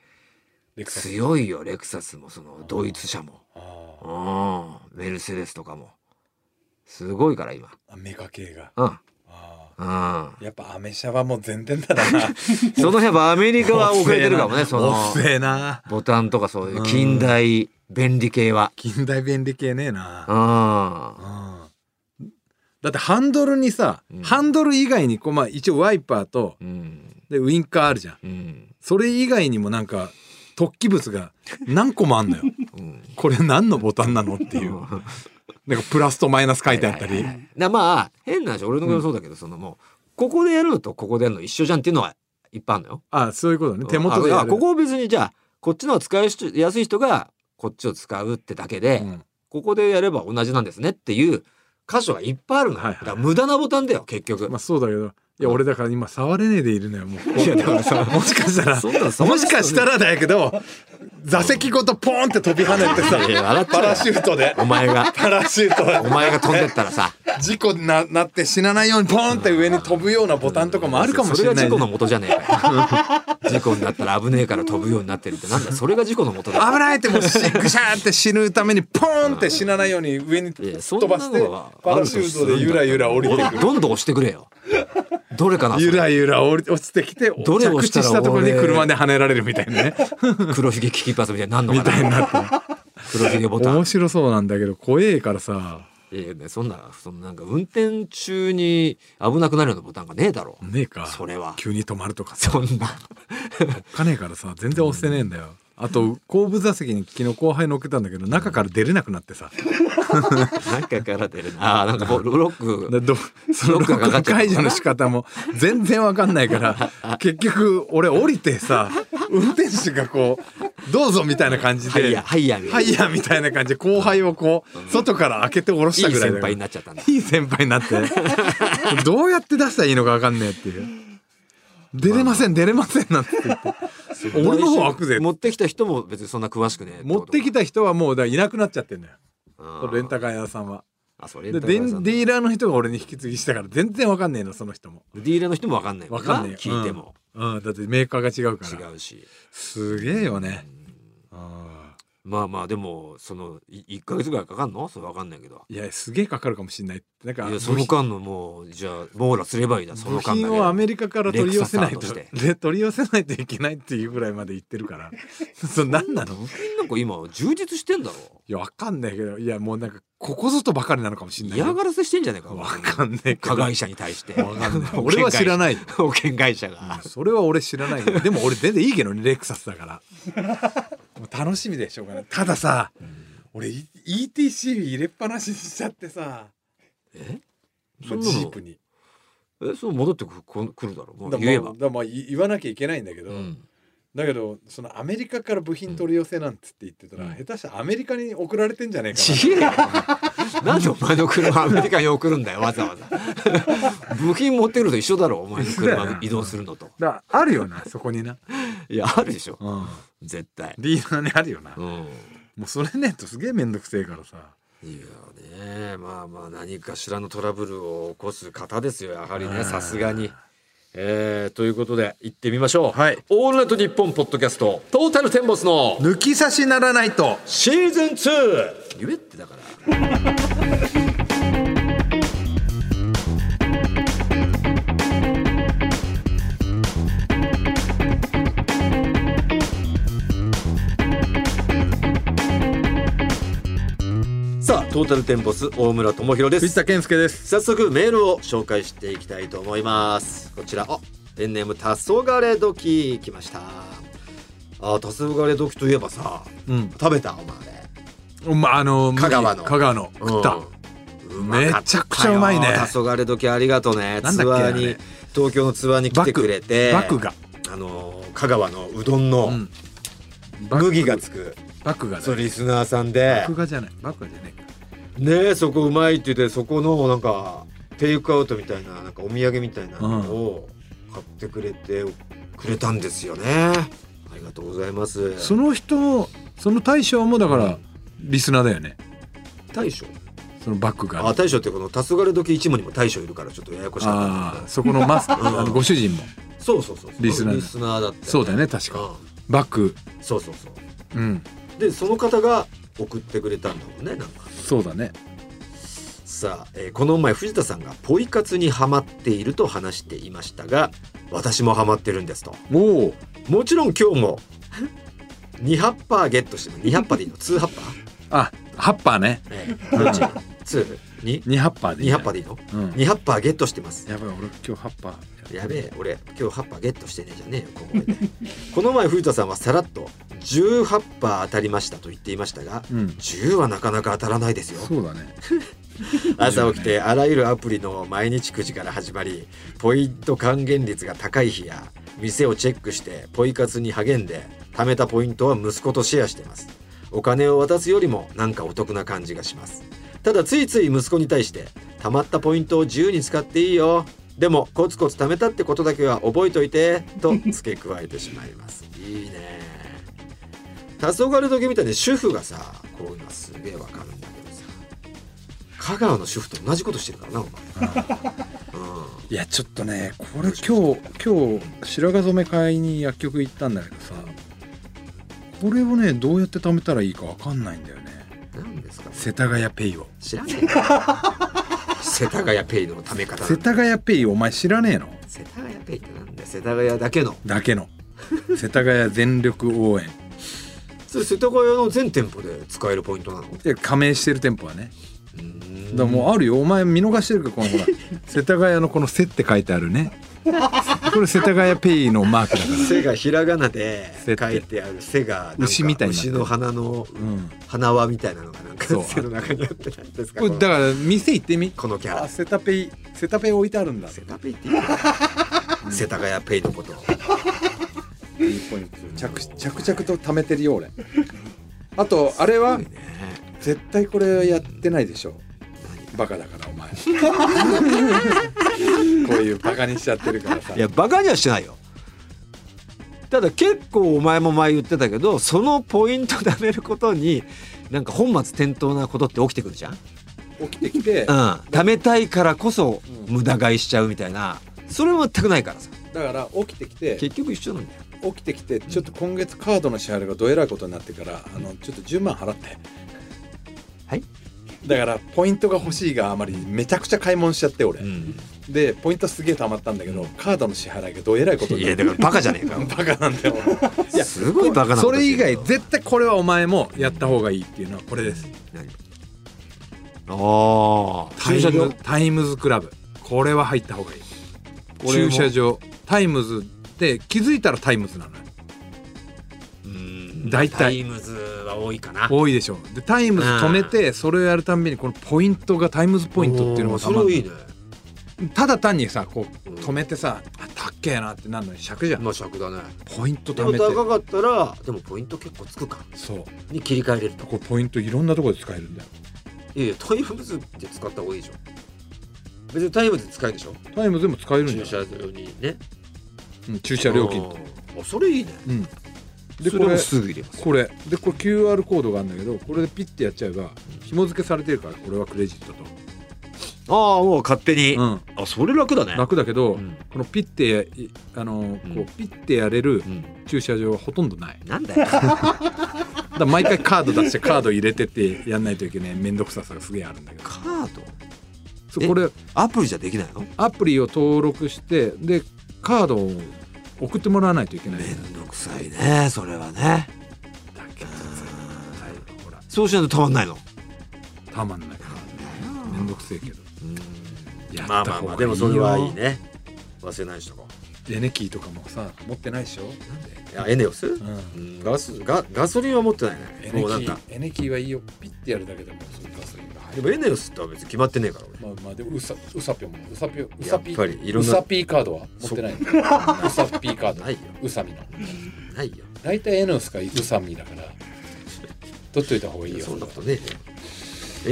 [SPEAKER 3] レクサス
[SPEAKER 2] 強いよレクサスもそのドイツ車も
[SPEAKER 3] あ
[SPEAKER 2] うんメルセデスとかもすごいから今
[SPEAKER 3] ーアメカ系が
[SPEAKER 2] うん
[SPEAKER 3] あ
[SPEAKER 2] うん
[SPEAKER 3] ーやっぱアメ車はもう全然だな
[SPEAKER 2] (laughs) その辺はアメリカは遅れてるかもねその
[SPEAKER 3] 遅えな
[SPEAKER 2] ボタンとかそういう近代便利系は
[SPEAKER 3] 近代便利系ねえな
[SPEAKER 2] うん
[SPEAKER 3] うんだってハンドルにさ、
[SPEAKER 2] うん
[SPEAKER 3] ハンドル以外にこう、まあ、一応ワイパーと
[SPEAKER 2] うん
[SPEAKER 3] でウインカーあるじゃん
[SPEAKER 2] うん
[SPEAKER 3] それ以外にもなんか突起物が何個もあん
[SPEAKER 2] (laughs)
[SPEAKER 3] のよ
[SPEAKER 2] うん
[SPEAKER 3] これ何のボタンなのっていうなんかプラスとマイナ (laughs) ス書いてあった
[SPEAKER 2] はい
[SPEAKER 3] り
[SPEAKER 2] はいはいだまあ変な話俺のこともそうだけど、そのもうここでやるのとここでやるの一緒じゃんっていうのはいっぱいあるのよ。
[SPEAKER 3] あそういうことね手元で
[SPEAKER 2] あ
[SPEAKER 3] や
[SPEAKER 2] あ
[SPEAKER 3] る
[SPEAKER 2] ここを別にじゃあこっちの方が使いしやすい人がこっちを使うってだけで、
[SPEAKER 3] うん
[SPEAKER 2] ここでやれば同じなんですねっていう箇所がいっぱいあるのよ。
[SPEAKER 3] はいはい
[SPEAKER 2] だから無駄なボタンだよ結局。
[SPEAKER 3] まあそうだけどいや俺だから今触れねえでいるのよもう
[SPEAKER 2] いやだからさ
[SPEAKER 3] (laughs) もしかしたら
[SPEAKER 2] そんなの触
[SPEAKER 3] も
[SPEAKER 2] らせ
[SPEAKER 3] した
[SPEAKER 2] ら
[SPEAKER 3] かしたらだけど座席ごとポーンって飛び跳ねてさ
[SPEAKER 2] いやいや笑っちゃ
[SPEAKER 3] パ
[SPEAKER 2] うよ
[SPEAKER 3] ラシュートで
[SPEAKER 2] お前が
[SPEAKER 3] パラシュートで
[SPEAKER 2] お前が飛んでったらさ。
[SPEAKER 3] 事故にななって死なないようにポーンって上に飛ぶようなボタンとかもあるかもしれな
[SPEAKER 2] そ
[SPEAKER 3] い、
[SPEAKER 2] れが事故の元じゃねえかよ事故になったら危ねえから飛ぶようになってるってなんだそれが事故の元だ
[SPEAKER 3] 危ないってもうしぐしゃーって死ぬためにポーンって死なないように上に
[SPEAKER 2] いや
[SPEAKER 3] 飛ばしてパラシュートでゆらゆら降りてくる
[SPEAKER 2] どんどん押してくれよどれかなそれ
[SPEAKER 3] ゆらゆら降り落ちてきて
[SPEAKER 2] どれを
[SPEAKER 3] 着
[SPEAKER 2] した
[SPEAKER 3] 地
[SPEAKER 2] ら
[SPEAKER 3] したところに車で跳ねられるみたいなね
[SPEAKER 2] 黒ひげ危機一発みたいになんのか
[SPEAKER 3] みたいに
[SPEAKER 2] な
[SPEAKER 3] なって
[SPEAKER 2] 黒ひげ
[SPEAKER 3] (laughs)
[SPEAKER 2] ボタン
[SPEAKER 3] 面白そうなんだけど怖えからさ
[SPEAKER 2] いやいやそんなそのなんか運転中に危なくなるようなボタンがねえだろ
[SPEAKER 3] ねえか
[SPEAKER 2] それは
[SPEAKER 3] 急に止まるとかさ
[SPEAKER 2] そんな
[SPEAKER 3] おっかねえからさ全然押せねえんだよ、あと後部座席に昨日後輩乗っけたんだけど中から出れなくなってさ
[SPEAKER 2] 中から出るなあーなんかもうロック (laughs)
[SPEAKER 3] でどその
[SPEAKER 2] ロックがかかっちゃったのかな
[SPEAKER 3] 解除の仕方も全然わかんな
[SPEAKER 2] (laughs)
[SPEAKER 3] いから結局俺降りてさ運転手がこう「どうぞ」みたいな感じ
[SPEAKER 2] ハイ
[SPEAKER 3] で
[SPEAKER 2] ヤーハイヤーみ
[SPEAKER 3] 「
[SPEAKER 2] た
[SPEAKER 3] はいい
[SPEAKER 2] な
[SPEAKER 3] や」みたいな感じで後輩をこう外から開けて下ろした
[SPEAKER 2] いい
[SPEAKER 3] ぐらい
[SPEAKER 2] 先
[SPEAKER 3] だから
[SPEAKER 2] 輩になっちゃったんだ
[SPEAKER 3] いい先輩になって
[SPEAKER 2] (laughs)
[SPEAKER 3] どうやって出したらいいのかわかんねえっていう「出れません出れません」なんて言って (laughs) 俺の方開くぜ
[SPEAKER 2] 持ってきた人も別にそんな詳しくねえ
[SPEAKER 3] 持ってきた人はもうだからいなくなっちゃってんだよ
[SPEAKER 2] うん
[SPEAKER 3] レンタカー屋さんは。
[SPEAKER 2] あそうレン
[SPEAKER 3] で
[SPEAKER 2] タカー
[SPEAKER 3] デ
[SPEAKER 2] 屋さ
[SPEAKER 3] ィ
[SPEAKER 2] ん
[SPEAKER 3] ディーラーの人が俺に引き継ぎしたから全然わかんねえのその人も。
[SPEAKER 2] ディーラーの人も分かんないも
[SPEAKER 3] わ
[SPEAKER 2] ん
[SPEAKER 3] かんねえよ
[SPEAKER 2] 聞いても、、
[SPEAKER 3] うんうんだってメーカーが違うから
[SPEAKER 2] 違うし
[SPEAKER 3] すげえよね
[SPEAKER 2] まあまあでもそのい1か月ぐらいかかんのそれ分かんないけど
[SPEAKER 3] いやすげえかかるかもしんないってなんか
[SPEAKER 2] いやその間のもうじゃあ網羅すればいいなそ
[SPEAKER 3] 部
[SPEAKER 2] の間だけ
[SPEAKER 3] 品をアメリカから取り寄せないと
[SPEAKER 2] レクササーと
[SPEAKER 3] で取り寄せないといけないっていうぐらいまで行ってるから
[SPEAKER 2] (laughs)
[SPEAKER 3] それ何なの
[SPEAKER 2] 部品なんか今充実してんだろ
[SPEAKER 3] いやわかんないけどいやもうなんかここぞとばかりなのかもしんない
[SPEAKER 2] 嫌がらせしてんじゃねえか
[SPEAKER 3] わかんねえけど
[SPEAKER 2] 加害者に対して
[SPEAKER 3] わかんない
[SPEAKER 2] (laughs)
[SPEAKER 3] 俺は知らないよ
[SPEAKER 2] 保険会社が、
[SPEAKER 3] それは俺知らないけどでも俺全然いいけどねレクサスだから
[SPEAKER 2] (laughs)
[SPEAKER 3] もう楽しみでしょうがないたださ俺 E- ETC 入れっぱなしにしちゃってさ
[SPEAKER 2] え
[SPEAKER 3] もうジープに
[SPEAKER 2] えそう戻ってくこ来るだろも
[SPEAKER 3] だ
[SPEAKER 2] う言え
[SPEAKER 3] まあ
[SPEAKER 2] ば
[SPEAKER 3] だ、からまあい言わなきゃいけないんだけど、
[SPEAKER 2] うん
[SPEAKER 3] だけどそのアメリカから部品取り寄せなんつって言ってたら、
[SPEAKER 2] うん
[SPEAKER 3] 下手したらアメリカに送られてんじゃねえか
[SPEAKER 2] ちげえよ
[SPEAKER 3] (laughs)
[SPEAKER 2] なんでお前の車アメリカに送るんだよわざわざ (laughs) 部品持ってくると一緒だろお前の車移動するのと
[SPEAKER 3] なだあるよなそこにな、
[SPEAKER 2] (laughs) いやあるでしょ
[SPEAKER 3] うん、
[SPEAKER 2] 絶対
[SPEAKER 3] ディーラーにあるよな、
[SPEAKER 2] うん
[SPEAKER 3] もうそれねとすげえ面倒くせえからさ
[SPEAKER 2] いやねまあまあ何かしらのトラブルを起こす方ですよやはりねさすがに。えー、ということで行ってみましょう、
[SPEAKER 3] はい
[SPEAKER 2] オールナイトニッポンポッドキャストトータルテンボスの
[SPEAKER 3] 抜き差しならないと
[SPEAKER 2] シーズン 2! 言えってだからトータルテンボス大村智弘です
[SPEAKER 3] 藤田健介です
[SPEAKER 2] 早速メールを紹介していきたいと思いますこちらあペンネーム黄昏時来ましたあ黄昏時といえばさ
[SPEAKER 3] うん
[SPEAKER 2] 食べたお前あれ
[SPEAKER 3] まああの
[SPEAKER 2] 香川の
[SPEAKER 3] 香川の食った、
[SPEAKER 2] うんまかったよ
[SPEAKER 3] めちゃくちゃうまいね
[SPEAKER 2] 黄昏時ありがとうね
[SPEAKER 3] なんだっけ
[SPEAKER 2] ツアー
[SPEAKER 3] あ
[SPEAKER 2] に
[SPEAKER 3] れ
[SPEAKER 2] 東京のツアーに来てくれて
[SPEAKER 3] バクが、
[SPEAKER 2] あの香川のうどんの
[SPEAKER 3] うん
[SPEAKER 2] 麦がつく
[SPEAKER 3] バクがだ
[SPEAKER 2] そう
[SPEAKER 3] よ
[SPEAKER 2] リスナーさんで
[SPEAKER 3] バクがじゃないバクがじゃないか
[SPEAKER 2] ねえそこうまいって言ってそこのなんかテイクアウトみたいななんかお土産みたいなのを買ってくれてくれたんですよねありがとうございます
[SPEAKER 3] その人もその大将もだか
[SPEAKER 2] う
[SPEAKER 3] ら
[SPEAKER 2] ん
[SPEAKER 3] リスナーだよね
[SPEAKER 2] 大将
[SPEAKER 3] そのバックが
[SPEAKER 2] あ
[SPEAKER 3] あ
[SPEAKER 2] 大将ってこの黄昏時一門にも大将いるからちょっとややこしかったん
[SPEAKER 3] あ
[SPEAKER 2] だ
[SPEAKER 3] ー
[SPEAKER 2] け
[SPEAKER 3] そこのマス
[SPEAKER 2] ん
[SPEAKER 3] あのご主人も
[SPEAKER 2] どそうそうそうそう
[SPEAKER 3] リスナー
[SPEAKER 2] リスナーだった
[SPEAKER 3] そうだよね確か
[SPEAKER 2] う
[SPEAKER 3] バック
[SPEAKER 2] んそうそうそう
[SPEAKER 3] うん
[SPEAKER 2] でその方が送ってくれたんだもんねなんか
[SPEAKER 3] そうだね
[SPEAKER 2] さあ、えーこの前藤田さんがポイ活にハマっていると話していましたが私もハマってるんですと
[SPEAKER 3] おお
[SPEAKER 2] もちろん今日も2ハッパーゲットして2ハッパーでいいの2ハッパー、
[SPEAKER 3] あハッパーね
[SPEAKER 2] ええどっち 2?2
[SPEAKER 3] 2ハッパーでいい
[SPEAKER 2] ハ
[SPEAKER 3] ね
[SPEAKER 2] ッパーでいいの
[SPEAKER 3] うん
[SPEAKER 2] ?2 ハッパーゲットしてます
[SPEAKER 3] やばい俺今日ハッパー
[SPEAKER 2] やべえ俺今日ハッパーゲットしてねえじゃねえよここでこの前藤田さんはさらっと10ハッパー当たりましたと言っていましたが
[SPEAKER 3] うん
[SPEAKER 2] 10はなかなか当たらないですよ
[SPEAKER 3] そうだね
[SPEAKER 2] (laughs) 朝起きてあらゆるアプリの毎日9時から始まりポイント還元率が高い日や店をチェックしてポイ活に励んで貯めたポイントは息子とシェアしてますお金を渡すよりもなんかお得な感じがしますただついつい息子に対して貯まったポイントを自由に使っていいよでもコツコツ貯めたってことだけは覚えといてと付け加えてしまいますいいね黄昏時みたいに主婦がさこういうのはすげえわかるんだけどさ香川の主婦と同じことしてるからなお前、うん、
[SPEAKER 3] いやちょっとねこれ今日今日白髪染め買いに薬局行ったんだけどさこれをねどうやって貯めたらいいかわかんないんだよね
[SPEAKER 2] 何ですか
[SPEAKER 3] 世田谷ペイを
[SPEAKER 2] 知らねえよ世田谷ペイのため方
[SPEAKER 3] 世田谷ペイお前知らねえの
[SPEAKER 2] 世田谷ペイってなんだよ世田谷だけの
[SPEAKER 3] だけの世田谷全力応援
[SPEAKER 2] それ世田谷の全店舗で使えるポイントなの
[SPEAKER 3] いや加盟してる店舗はね
[SPEAKER 2] うーん
[SPEAKER 3] だからもうあるよお前見逃してるかこのほ (laughs) ら世田谷のこの「せ」って書いてあるねこれ世田谷ペイのマークだから
[SPEAKER 2] 背がひらがなで書
[SPEAKER 3] 背って
[SPEAKER 2] いてある背がなんか
[SPEAKER 3] 牛みたいになって
[SPEAKER 2] 牛
[SPEAKER 3] る
[SPEAKER 2] の鼻の
[SPEAKER 3] うん
[SPEAKER 2] 花輪みたいなのがなんか
[SPEAKER 3] そう
[SPEAKER 2] 背の中にあってなんですか
[SPEAKER 3] これ
[SPEAKER 2] この
[SPEAKER 3] だから店行ってみ
[SPEAKER 2] このキャラ
[SPEAKER 3] あセタペイセタペイ置いてあるんだ
[SPEAKER 2] 世田ペイって言うの世田谷ペイのこと
[SPEAKER 3] 着着々と貯めてるよ俺あとあれは
[SPEAKER 2] ねえ
[SPEAKER 3] 絶対これやってないでしょバカだから (laughs) お前こういうバカにしちゃってるからさ
[SPEAKER 2] いやバカにはしてないよただ結構お前も前言ってたけどそのポイント貯めることになんか本末転倒なことって起きてくるじゃん、うん、
[SPEAKER 3] 起きてきてだか
[SPEAKER 2] 貯めたいからこそ
[SPEAKER 3] うん
[SPEAKER 2] 無駄買いしちゃうみたいなそれは全くないからさ
[SPEAKER 3] ら起きてきて
[SPEAKER 2] 結局一緒なんだよ
[SPEAKER 3] 起きてきてちょっと今月カードの支払いがどえらいことになってからあのちょっと10万払って
[SPEAKER 2] はい
[SPEAKER 3] だからポイントが欲しいがあまりめちゃくちゃ買い物しちゃって俺、
[SPEAKER 2] ん
[SPEAKER 3] でポイントすげえ貯まったんだけどカードの支払いがどえらいこと
[SPEAKER 2] い
[SPEAKER 3] にな
[SPEAKER 2] や
[SPEAKER 3] っ
[SPEAKER 2] だ
[SPEAKER 3] て
[SPEAKER 2] からバカじゃねえか
[SPEAKER 3] バカなんだよいや
[SPEAKER 2] すごいバカなこ
[SPEAKER 3] そ
[SPEAKER 2] と
[SPEAKER 3] れ
[SPEAKER 2] し
[SPEAKER 3] 以
[SPEAKER 2] てる
[SPEAKER 3] 外
[SPEAKER 2] よ
[SPEAKER 3] 絶対これはお前もやった方がいいっていうのはこれです
[SPEAKER 2] 何ああ
[SPEAKER 3] タイ
[SPEAKER 2] 駐車場
[SPEAKER 3] ムタイムズクラブこれは入った方がいい
[SPEAKER 2] れも
[SPEAKER 3] 駐車場タイムズって気づいたらタイムズなのよ
[SPEAKER 2] うん
[SPEAKER 3] 大体
[SPEAKER 2] タイムズは多いかな
[SPEAKER 3] 多いでしょでタイムズ止めてそれをやるたんびにこのポイントがタイムズポイントっていうのがた
[SPEAKER 2] そ
[SPEAKER 3] ま
[SPEAKER 2] れ
[SPEAKER 3] ん
[SPEAKER 2] も
[SPEAKER 3] ない
[SPEAKER 2] いいね
[SPEAKER 3] ただ単にさこう
[SPEAKER 2] うん
[SPEAKER 3] 止めてさあたっけえなってなるのに尺じゃん
[SPEAKER 2] まあ尺だね
[SPEAKER 3] ポイント
[SPEAKER 2] で
[SPEAKER 3] 貯
[SPEAKER 2] も
[SPEAKER 3] めて
[SPEAKER 2] 高かったらでもポイント結構つくか
[SPEAKER 3] そう
[SPEAKER 2] に切り替えれると
[SPEAKER 3] これポイントいろんなところで使えるんだよ
[SPEAKER 2] いやいやタイムズって使った方がいいでしょ別にタイムズ使えるでしょ
[SPEAKER 3] タイムズも使えるんだ
[SPEAKER 2] 駐
[SPEAKER 3] よ
[SPEAKER 2] 車場にね
[SPEAKER 3] うん駐車料金と
[SPEAKER 2] あーあそれいいね
[SPEAKER 3] うんで
[SPEAKER 2] そ
[SPEAKER 3] これ
[SPEAKER 2] すぐ入れます
[SPEAKER 3] これでこれ QR コードがあるんだけどこれでピッてやっちゃえば紐付けされてるからこれはクレジットと、
[SPEAKER 2] ああもう勝手に、
[SPEAKER 3] うん、
[SPEAKER 2] あそれ楽だね
[SPEAKER 3] 楽だけど、
[SPEAKER 2] うん
[SPEAKER 3] このピッてやいあの
[SPEAKER 2] うん
[SPEAKER 3] こうピッてやれる
[SPEAKER 2] うん
[SPEAKER 3] 駐車場はほとんどない
[SPEAKER 2] なん
[SPEAKER 3] (laughs)
[SPEAKER 2] だよ
[SPEAKER 3] だから毎回カード出してカード入れてってやんないといけない面倒くささがすげえあるんだけど
[SPEAKER 2] カード
[SPEAKER 3] そう
[SPEAKER 2] え
[SPEAKER 3] これ
[SPEAKER 2] アプリじゃできないの
[SPEAKER 3] アプリを登録してでカードを送ってもらわないといけない
[SPEAKER 2] め
[SPEAKER 3] ん
[SPEAKER 2] んどくさいねそれはね
[SPEAKER 3] だけど絶対ほら
[SPEAKER 2] そうしないとたまんないの
[SPEAKER 3] たまんないめんどくせえけどや
[SPEAKER 2] まあ
[SPEAKER 3] った
[SPEAKER 2] まあ
[SPEAKER 3] 方
[SPEAKER 2] ま
[SPEAKER 3] が
[SPEAKER 2] あ
[SPEAKER 3] いいよ
[SPEAKER 2] でもそれはいいね忘れないでしょ
[SPEAKER 3] エネキーとかもさ持ってないでしょ
[SPEAKER 2] いやエネオス、
[SPEAKER 3] なん
[SPEAKER 2] う
[SPEAKER 3] で、
[SPEAKER 2] ん、ガスガガソリンは持ってない
[SPEAKER 3] エネ
[SPEAKER 2] ね
[SPEAKER 3] キ
[SPEAKER 2] もうなんか
[SPEAKER 3] ーエネキーはいいよピッてやるだけでもそういうガソリンが入
[SPEAKER 2] で
[SPEAKER 3] る
[SPEAKER 2] もエネオスっては別に決まってねえから俺
[SPEAKER 3] まあまあでもウサウサピョもウサピョウサピ
[SPEAKER 2] やっぱりいろん
[SPEAKER 3] ウ
[SPEAKER 2] な
[SPEAKER 3] サピーカードは持ってないのウサピーカード
[SPEAKER 2] ないよ
[SPEAKER 3] ウサミの
[SPEAKER 2] ないよ
[SPEAKER 3] 大体エノスかウサミだから取っといた方がいいよ
[SPEAKER 2] そんなことねえよ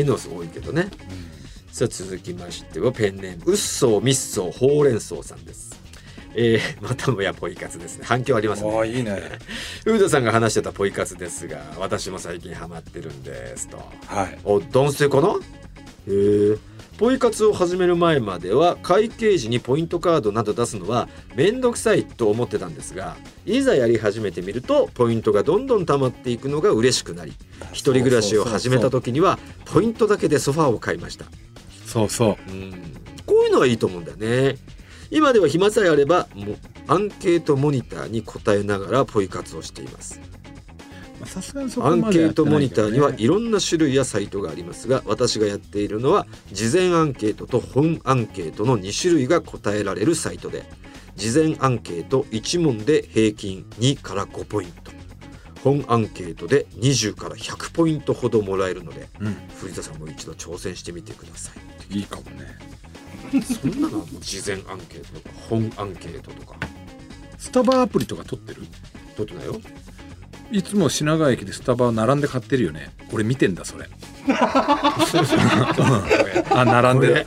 [SPEAKER 2] エネオス多いけどねさあ続きましてはペンネームうっそうみっそうほうれん草さんですえー、またもやポイ活ですね反響ありますね
[SPEAKER 3] ああいいね
[SPEAKER 2] フードさんが話してたポイ活ですが私も最近ハマってるんですと
[SPEAKER 3] はい
[SPEAKER 2] お男性かなへえポイ活を始める前までは会計時にポイントカードなど出すのは面倒くさいと思ってたんですがいざやり始めてみるとポイントがどんどん溜まっていくのが嬉しくなり一人暮らしを始めた時にはポイントだけでソファーを買いました
[SPEAKER 3] そうそう
[SPEAKER 2] うんこういうのはいいと思うんだよね今では暇さえあればもうアンケートモニターに答えながらポイ活をしています
[SPEAKER 3] まあさすがにそこ
[SPEAKER 2] アン
[SPEAKER 3] まで
[SPEAKER 2] ケ
[SPEAKER 3] や
[SPEAKER 2] ー
[SPEAKER 3] って
[SPEAKER 2] トモ
[SPEAKER 3] ない
[SPEAKER 2] ニ
[SPEAKER 3] け
[SPEAKER 2] タ
[SPEAKER 3] ど
[SPEAKER 2] ー
[SPEAKER 3] ね
[SPEAKER 2] にはいろんな種類やサイトがありますが私がやっているのは事前アンケートと本アンケートの2種類が答えられるサイトで事前アンケート1問で平均2から5ポイント本アンケートで20から100ポイントほどもらえるので
[SPEAKER 3] うん
[SPEAKER 2] 藤田さんも一度挑戦してみてください
[SPEAKER 3] いいかもね
[SPEAKER 2] そんなのはもう事前アンケートとか本アンケートとか
[SPEAKER 3] スタバアプリとか取ってる
[SPEAKER 2] 取ってないよ
[SPEAKER 3] いつも品川駅でスタバを並んで買ってるよね俺見てん
[SPEAKER 2] (laughs)
[SPEAKER 3] だそれあ並ん
[SPEAKER 2] これ
[SPEAKER 3] でる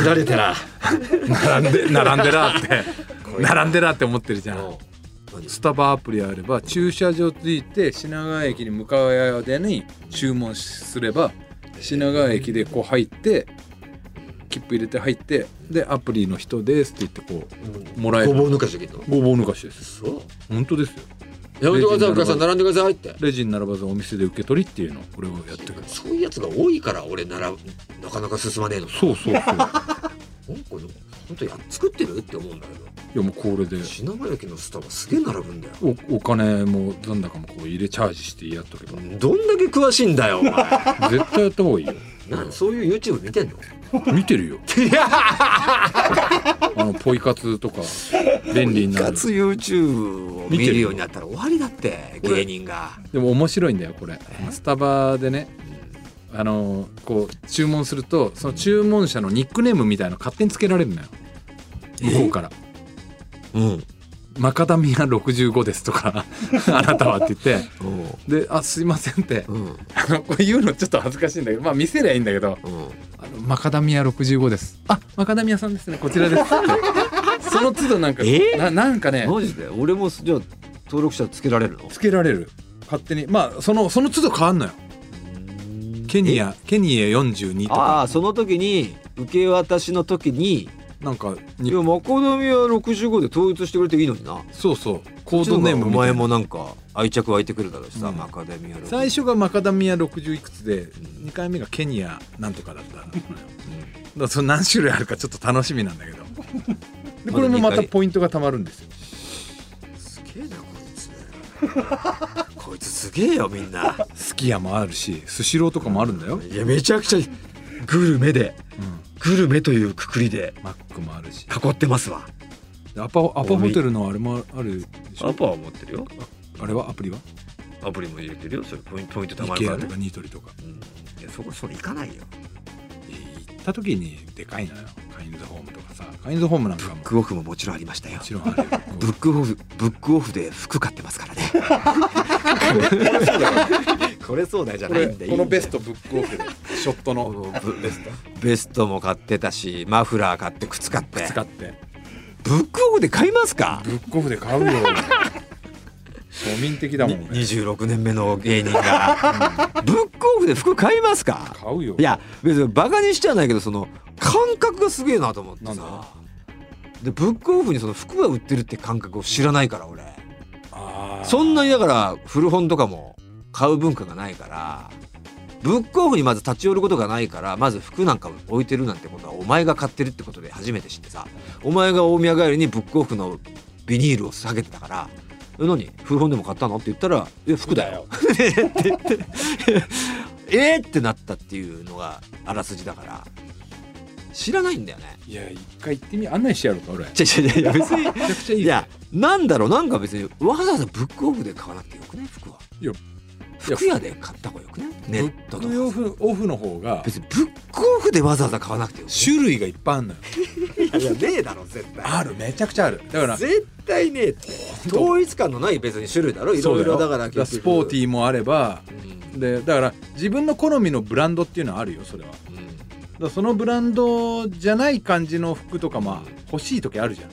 [SPEAKER 2] 見られた
[SPEAKER 3] (laughs)
[SPEAKER 2] ら
[SPEAKER 3] 並んで並んでらって
[SPEAKER 2] れ
[SPEAKER 3] 並んでらって思ってるじゃん
[SPEAKER 2] もう何
[SPEAKER 3] スタバアプリあれば駐車場着いて品川駅に向かう間に注文すれば品川駅でこう入って切符入れて入ってでアプリの人ですって言ってこうもらえ
[SPEAKER 2] ごぼ
[SPEAKER 3] る
[SPEAKER 2] う抜かしできるの
[SPEAKER 3] ごぼう抜かしです
[SPEAKER 2] そう
[SPEAKER 3] 本当ですよ
[SPEAKER 2] やめてください、お母さん、並んでくださいって。
[SPEAKER 3] レジに並ばずお店で受け取りっていうのを俺はやってくる
[SPEAKER 2] そういうやつが多いから、俺なら、なかなか進まねえの。なんか
[SPEAKER 3] そ
[SPEAKER 2] (laughs)
[SPEAKER 3] うそうそうい
[SPEAKER 2] 本当や、作ってるって思うんだけど。
[SPEAKER 3] やもうこれで
[SPEAKER 2] 品川駅のスタバすげえ並ぶんだよ。
[SPEAKER 3] おお金も残高もこう入れチャージしてやっとけば
[SPEAKER 2] どんだけ詳しいんだよ、お前。
[SPEAKER 3] 絶対やった方がいいよ
[SPEAKER 2] (laughs) なんそういう YouTube 見てんの
[SPEAKER 3] 見てるよ
[SPEAKER 2] いや
[SPEAKER 3] あのポイ活とか便利になる
[SPEAKER 2] YouTube を見
[SPEAKER 3] 見て
[SPEAKER 2] る
[SPEAKER 3] る
[SPEAKER 2] よ
[SPEAKER 3] よ
[SPEAKER 2] うになったら終わりだって、芸人が。
[SPEAKER 3] でも面白いんだよこれスタバでねあのこう注文するとその注文者のニックネームみたいなの勝手につけられるのよ向こうから
[SPEAKER 2] うん。
[SPEAKER 3] 「マカダミア65です」とか (laughs) 「あなたは」って言って「であすいません」って
[SPEAKER 2] うん。うん。
[SPEAKER 3] あの (laughs) これ言うのちょっと恥ずかしいんだけどまあ見せりゃいいんだけど
[SPEAKER 2] うん。
[SPEAKER 3] あのマカダミア65です。あ、マカダミアさんですね。こちらです。って (laughs) その都度なんか、
[SPEAKER 2] え
[SPEAKER 3] ななんかね、
[SPEAKER 2] マジで俺も、じゃあ、登録者つけられるの
[SPEAKER 3] つけられる。勝手に、まあそのその都度変わんのよ。ケニア、ケニア42と
[SPEAKER 2] あ
[SPEAKER 3] か、
[SPEAKER 2] あ、その時に、受け渡しの時に、
[SPEAKER 3] なんか
[SPEAKER 2] い
[SPEAKER 3] に
[SPEAKER 2] やマコダミア65で統一してくれていいのにな
[SPEAKER 3] そうそう、コードネーム
[SPEAKER 2] お
[SPEAKER 3] みた
[SPEAKER 2] 前
[SPEAKER 3] いな。
[SPEAKER 2] もなんか愛着湧いてくるだろうしさ、
[SPEAKER 3] うん
[SPEAKER 2] マカダミア65
[SPEAKER 3] 最初がマカダミア60いくつで
[SPEAKER 2] ん
[SPEAKER 3] 2回目がケニアなんとかだったの (laughs) よだからその何種類あるかちょっと楽しみなんだけど (laughs) でこれもまたポイントがたまるんですよ
[SPEAKER 2] すげえなこいつこいつすげえよみんな
[SPEAKER 3] すき家もあるしスシローとかもあるんだよ、
[SPEAKER 2] いやめちゃくちゃグルメで
[SPEAKER 3] うん、
[SPEAKER 2] グルメというくくりで
[SPEAKER 3] マックもあるし
[SPEAKER 2] 囲ってますわ
[SPEAKER 3] アパアパホテルのあれもあるでしょ
[SPEAKER 2] パは持ってるよ
[SPEAKER 3] あれはアプリは
[SPEAKER 2] アプリも入れてるよそれポイントポイント
[SPEAKER 3] IKEA とかニートリとか
[SPEAKER 2] うんいやそこそれ行かないよ
[SPEAKER 3] えー行った時にでかいのよカインズホームとかさカインズホームなんかも
[SPEAKER 2] ブッ
[SPEAKER 3] も
[SPEAKER 2] クオフももちろんありましたよ
[SPEAKER 3] ちろん (laughs) あるよ
[SPEAKER 2] ブックオフブックオフで服買ってますから (laughs) ね (laughs) これそうだよじゃないんだよ
[SPEAKER 3] トブックオフでショッ (laughs)
[SPEAKER 2] こ
[SPEAKER 3] ト
[SPEAKER 2] のブベストベストも買ってたしマフラー買って靴買って
[SPEAKER 3] 使って
[SPEAKER 2] ブックオフで買いますか
[SPEAKER 3] ブックオフで買うよ庶民的だもん
[SPEAKER 2] に
[SPEAKER 3] ね
[SPEAKER 2] 26年目の芸人 (laughs) が、ブックオフで服買いますか
[SPEAKER 3] 買うよ
[SPEAKER 2] いや別にバカにしてはないけどその感覚がすげえなと思って
[SPEAKER 3] なん
[SPEAKER 2] さ
[SPEAKER 3] だ
[SPEAKER 2] でブックオフにその服が売ってるって感覚を知らないから俺
[SPEAKER 3] あー
[SPEAKER 2] そんなにだから古本とかも買う文化がないからブックオフにまず立ち寄ることがないからまず服なんかを置いてるなんてことはお前が買ってるってことで初めて知ってさお前が大宮帰りにブックオフのビニールを下げてたから「え何古本でも買ったの?」って言ったら「え服だよ」って言ってえー、ってなったっていうのがあらすじだから知らないんだよね。
[SPEAKER 3] いや一回行ってみ案内してやろうか俺めち
[SPEAKER 2] ちゃちゃちゃ別に
[SPEAKER 3] ゃくちゃい
[SPEAKER 2] い
[SPEAKER 3] いよ
[SPEAKER 2] やなんだろうなんか別にわざわざブックオフで買わなくてよくね服はい
[SPEAKER 3] や
[SPEAKER 2] 服屋で買った方がよくね
[SPEAKER 3] ブ
[SPEAKER 2] ネッ
[SPEAKER 3] ッ
[SPEAKER 2] ト
[SPEAKER 3] クオ
[SPEAKER 2] とか
[SPEAKER 3] フオフの方が
[SPEAKER 2] 別にブックオフでわざわざ買わなくてよ
[SPEAKER 3] 種類がいっぱいあるのよ
[SPEAKER 2] いやいやねえだろ絶対
[SPEAKER 3] あるめちゃくちゃあるだから
[SPEAKER 2] 絶対ねえって
[SPEAKER 3] 当
[SPEAKER 2] 統一感のない別に種類だろいろいろだから
[SPEAKER 3] そうよスポーテ
[SPEAKER 2] ィ
[SPEAKER 3] ィーもあれば
[SPEAKER 2] ー
[SPEAKER 3] でだから自分の好みのブランドっていうのはあるよそれはだからそのブランドじゃない感じの服とかまあ欲しい時あるじゃん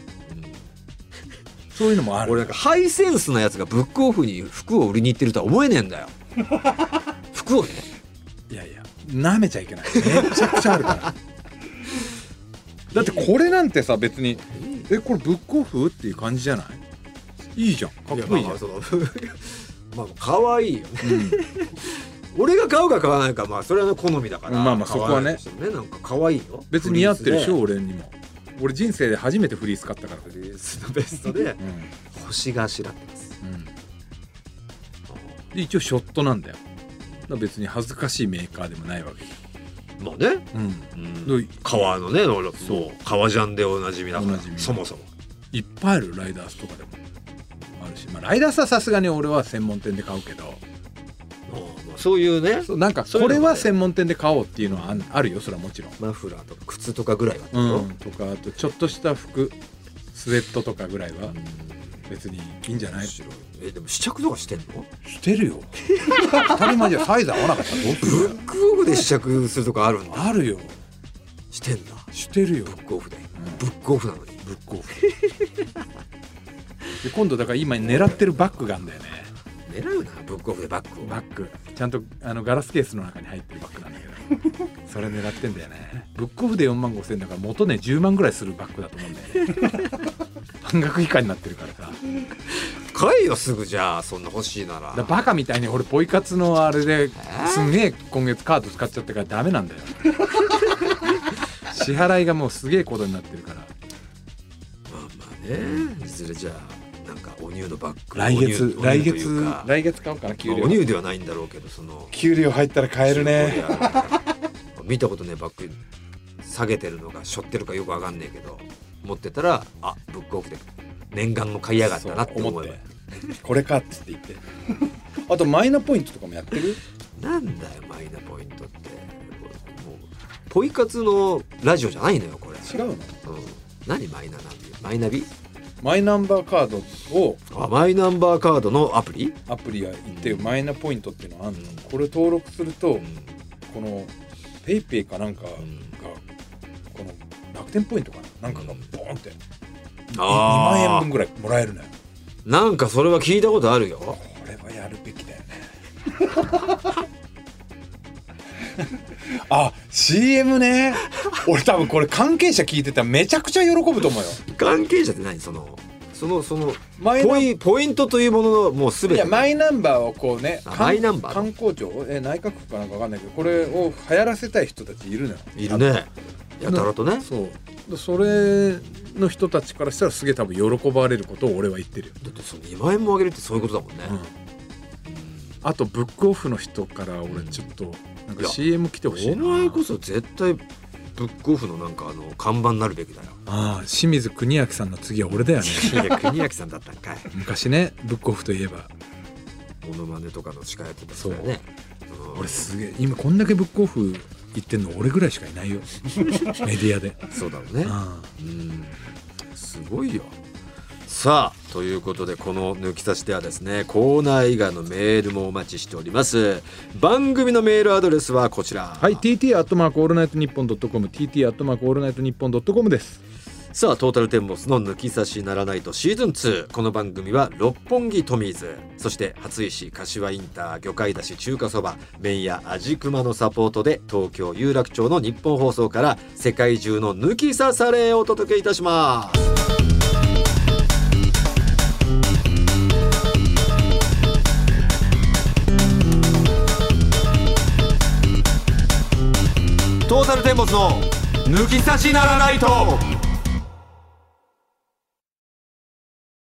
[SPEAKER 3] そういうのもある
[SPEAKER 2] 俺なんかハイセンスなやつがブックオフに服を売りに行ってるとは思えねえんだよ
[SPEAKER 3] (laughs)
[SPEAKER 2] 服をね
[SPEAKER 3] いやいやなめちゃいけないめちゃくちゃあるからだってこれなんてさ別にえこれブックオフっていう感じじゃないいいじゃんかっこいいじ
[SPEAKER 2] やまあま
[SPEAKER 3] ゃん (laughs)
[SPEAKER 2] あそのまあ可愛いよね
[SPEAKER 3] うん
[SPEAKER 2] 俺が買うか買わないかまあそれは好みだから
[SPEAKER 3] まあまあそこは
[SPEAKER 2] 買
[SPEAKER 3] ね
[SPEAKER 2] わないとしてもねなんか可愛いよ
[SPEAKER 3] 別に似合ってるでしょ
[SPEAKER 2] フ
[SPEAKER 3] 俺にも俺人生で初めてフリース買ったから
[SPEAKER 2] リースのベストで
[SPEAKER 3] う
[SPEAKER 2] 星頭ってます
[SPEAKER 3] んうんで一応ショットなんだよだから別に恥ずかしいメーカーでもないわけじ
[SPEAKER 2] まあね
[SPEAKER 3] ゃん、うん、
[SPEAKER 2] うん革のね俺そう革ジャンでおなじみだか
[SPEAKER 3] お
[SPEAKER 2] ら
[SPEAKER 3] なじみ
[SPEAKER 2] そもそも
[SPEAKER 3] いっぱいあるライダースとかでもあるし、まあ、ライダースはさすがに俺は専門店で買うけど
[SPEAKER 2] うんまあそういうね
[SPEAKER 3] そうなんか
[SPEAKER 2] そうい
[SPEAKER 3] こ
[SPEAKER 2] うの
[SPEAKER 3] れ
[SPEAKER 2] ね
[SPEAKER 3] は専門店で買おうっていうのはあんあるよそれはもちろん、
[SPEAKER 2] マフラーとか靴とかぐらいはってこ
[SPEAKER 3] うん、とかあとちょっとした服スウェットとかぐらいは別にいいんじゃ
[SPEAKER 2] と
[SPEAKER 3] ない
[SPEAKER 2] 白いえでも試着とかしてんの
[SPEAKER 3] してる (laughs) よ当たり前じゃんサイズ合わなかったらどうす
[SPEAKER 2] ブ
[SPEAKER 3] る
[SPEAKER 2] ックオフで試着するとかあるんだ
[SPEAKER 3] あるよ
[SPEAKER 2] してんだ
[SPEAKER 3] してるよ
[SPEAKER 2] ブックオフでブックオフなのに
[SPEAKER 3] ブックオフで今度だから今狙ってるバッグがあるんだよね
[SPEAKER 2] 狙うなブックオフでバッグを
[SPEAKER 3] バッグちゃんとあのガラスケースの中に入ってるバッグなんだけ (laughs) どそれ狙ってんだよねブックオフで4万5千円だから元ね10万ぐらいするバッグだと思うんだよね (laughs) 半額以下になってるからさ
[SPEAKER 2] 買えよすぐじゃあそんな欲しいなら
[SPEAKER 3] だバカみたいに俺ポイ活のあれですんげえ今月カード使っちゃったからダメなんだよ支払いがもうすげえことになってるから
[SPEAKER 2] まあまあねいずれじゃあなんかお乳のバッグ
[SPEAKER 3] 来月
[SPEAKER 2] お乳
[SPEAKER 3] 来
[SPEAKER 2] お乳とい
[SPEAKER 3] 月
[SPEAKER 2] うか
[SPEAKER 3] 来月買おうかな給
[SPEAKER 2] まあお
[SPEAKER 3] 料
[SPEAKER 2] 乳ではないんだろうけどその
[SPEAKER 3] 給料入ったら買えるね
[SPEAKER 2] (laughs) 見たことねえバッグ下げてるのか背負ってるかよくわかんねえけど持ってたらあブックオフで念願も買いやがったなって思えば
[SPEAKER 3] これかっつって言ってあとマイナポイントとかもやってる
[SPEAKER 2] なんだよマイナポイントってもうポイ活のラジオじゃないのよこれ
[SPEAKER 3] 違うの
[SPEAKER 2] うん、何マイナナビマイナビ
[SPEAKER 3] マイナンバーカードを
[SPEAKER 2] あマイナンバーカードのアプリ、
[SPEAKER 3] アプリが言ってるマイナポイントっていうのあんの
[SPEAKER 2] うん
[SPEAKER 3] これ登録する
[SPEAKER 2] う
[SPEAKER 3] と
[SPEAKER 2] ん
[SPEAKER 3] このペイペイかなんかが
[SPEAKER 2] ん
[SPEAKER 3] この楽天ポイントかななんかがボーンって2
[SPEAKER 2] あ
[SPEAKER 3] 万
[SPEAKER 2] ー
[SPEAKER 3] 円分ぐらいもらえるのよ
[SPEAKER 2] なんかそれは聞いたことあるよ
[SPEAKER 3] これはやるべきだよねあ CM ね俺多分これ関係者聞いてたらめちゃくちゃ喜ぶと思うよ
[SPEAKER 2] 関係者って何そのそのその
[SPEAKER 3] マイナ
[SPEAKER 2] ポイポイントというもののもう全
[SPEAKER 3] い
[SPEAKER 2] て
[SPEAKER 3] やマイナンバーをこうね
[SPEAKER 2] あ
[SPEAKER 3] 観
[SPEAKER 2] マイナンバー
[SPEAKER 3] 観光庁え内閣府かなんかわかんないけどこれを流行らせたい人たちいるのよ
[SPEAKER 2] いるねやたらとね
[SPEAKER 3] そうでそれの人たちからしたらすげえ多分喜ばれることを俺は言ってるよ、
[SPEAKER 2] だってその2万円もあげるってそういうことだもんね、
[SPEAKER 3] あとブックオフの人から俺ちょっとなん
[SPEAKER 2] い
[SPEAKER 3] か
[SPEAKER 2] や
[SPEAKER 3] CM 来てほしいな
[SPEAKER 2] お前こそ絶対ブックオフのなんかあの看板になるべきだよ
[SPEAKER 3] ああ清水国明さんの次は俺だよね
[SPEAKER 2] いや国明さんだったんかい
[SPEAKER 3] 昔ねブックオフといえば
[SPEAKER 2] モノマネとかの司会やってた人だよねうん
[SPEAKER 3] 俺すげえ今こんだけブックオフ行ってんの俺ぐらいしか
[SPEAKER 2] (laughs)
[SPEAKER 3] いないよメディアで
[SPEAKER 2] そうだろうね
[SPEAKER 3] あ
[SPEAKER 2] うんすごいよさあということでこの「抜き差し」ではですねコーナー以外のメールもお待ちしております番組のメールアドレスはこちら
[SPEAKER 3] あはい TT アットマークオールナイトニッポンドットコム TT アットマークオールナイトニッポンドットコムです
[SPEAKER 2] さあトータルテンボスの抜き差しならないとシーズン2この番組は六本木トミーズそして初石柏インター魚介だし中華そば麺屋味熊のサポートで東京有楽町の日本放送から世界中の抜き差されをお届けいたしますトータルテンボスの抜き差しならないと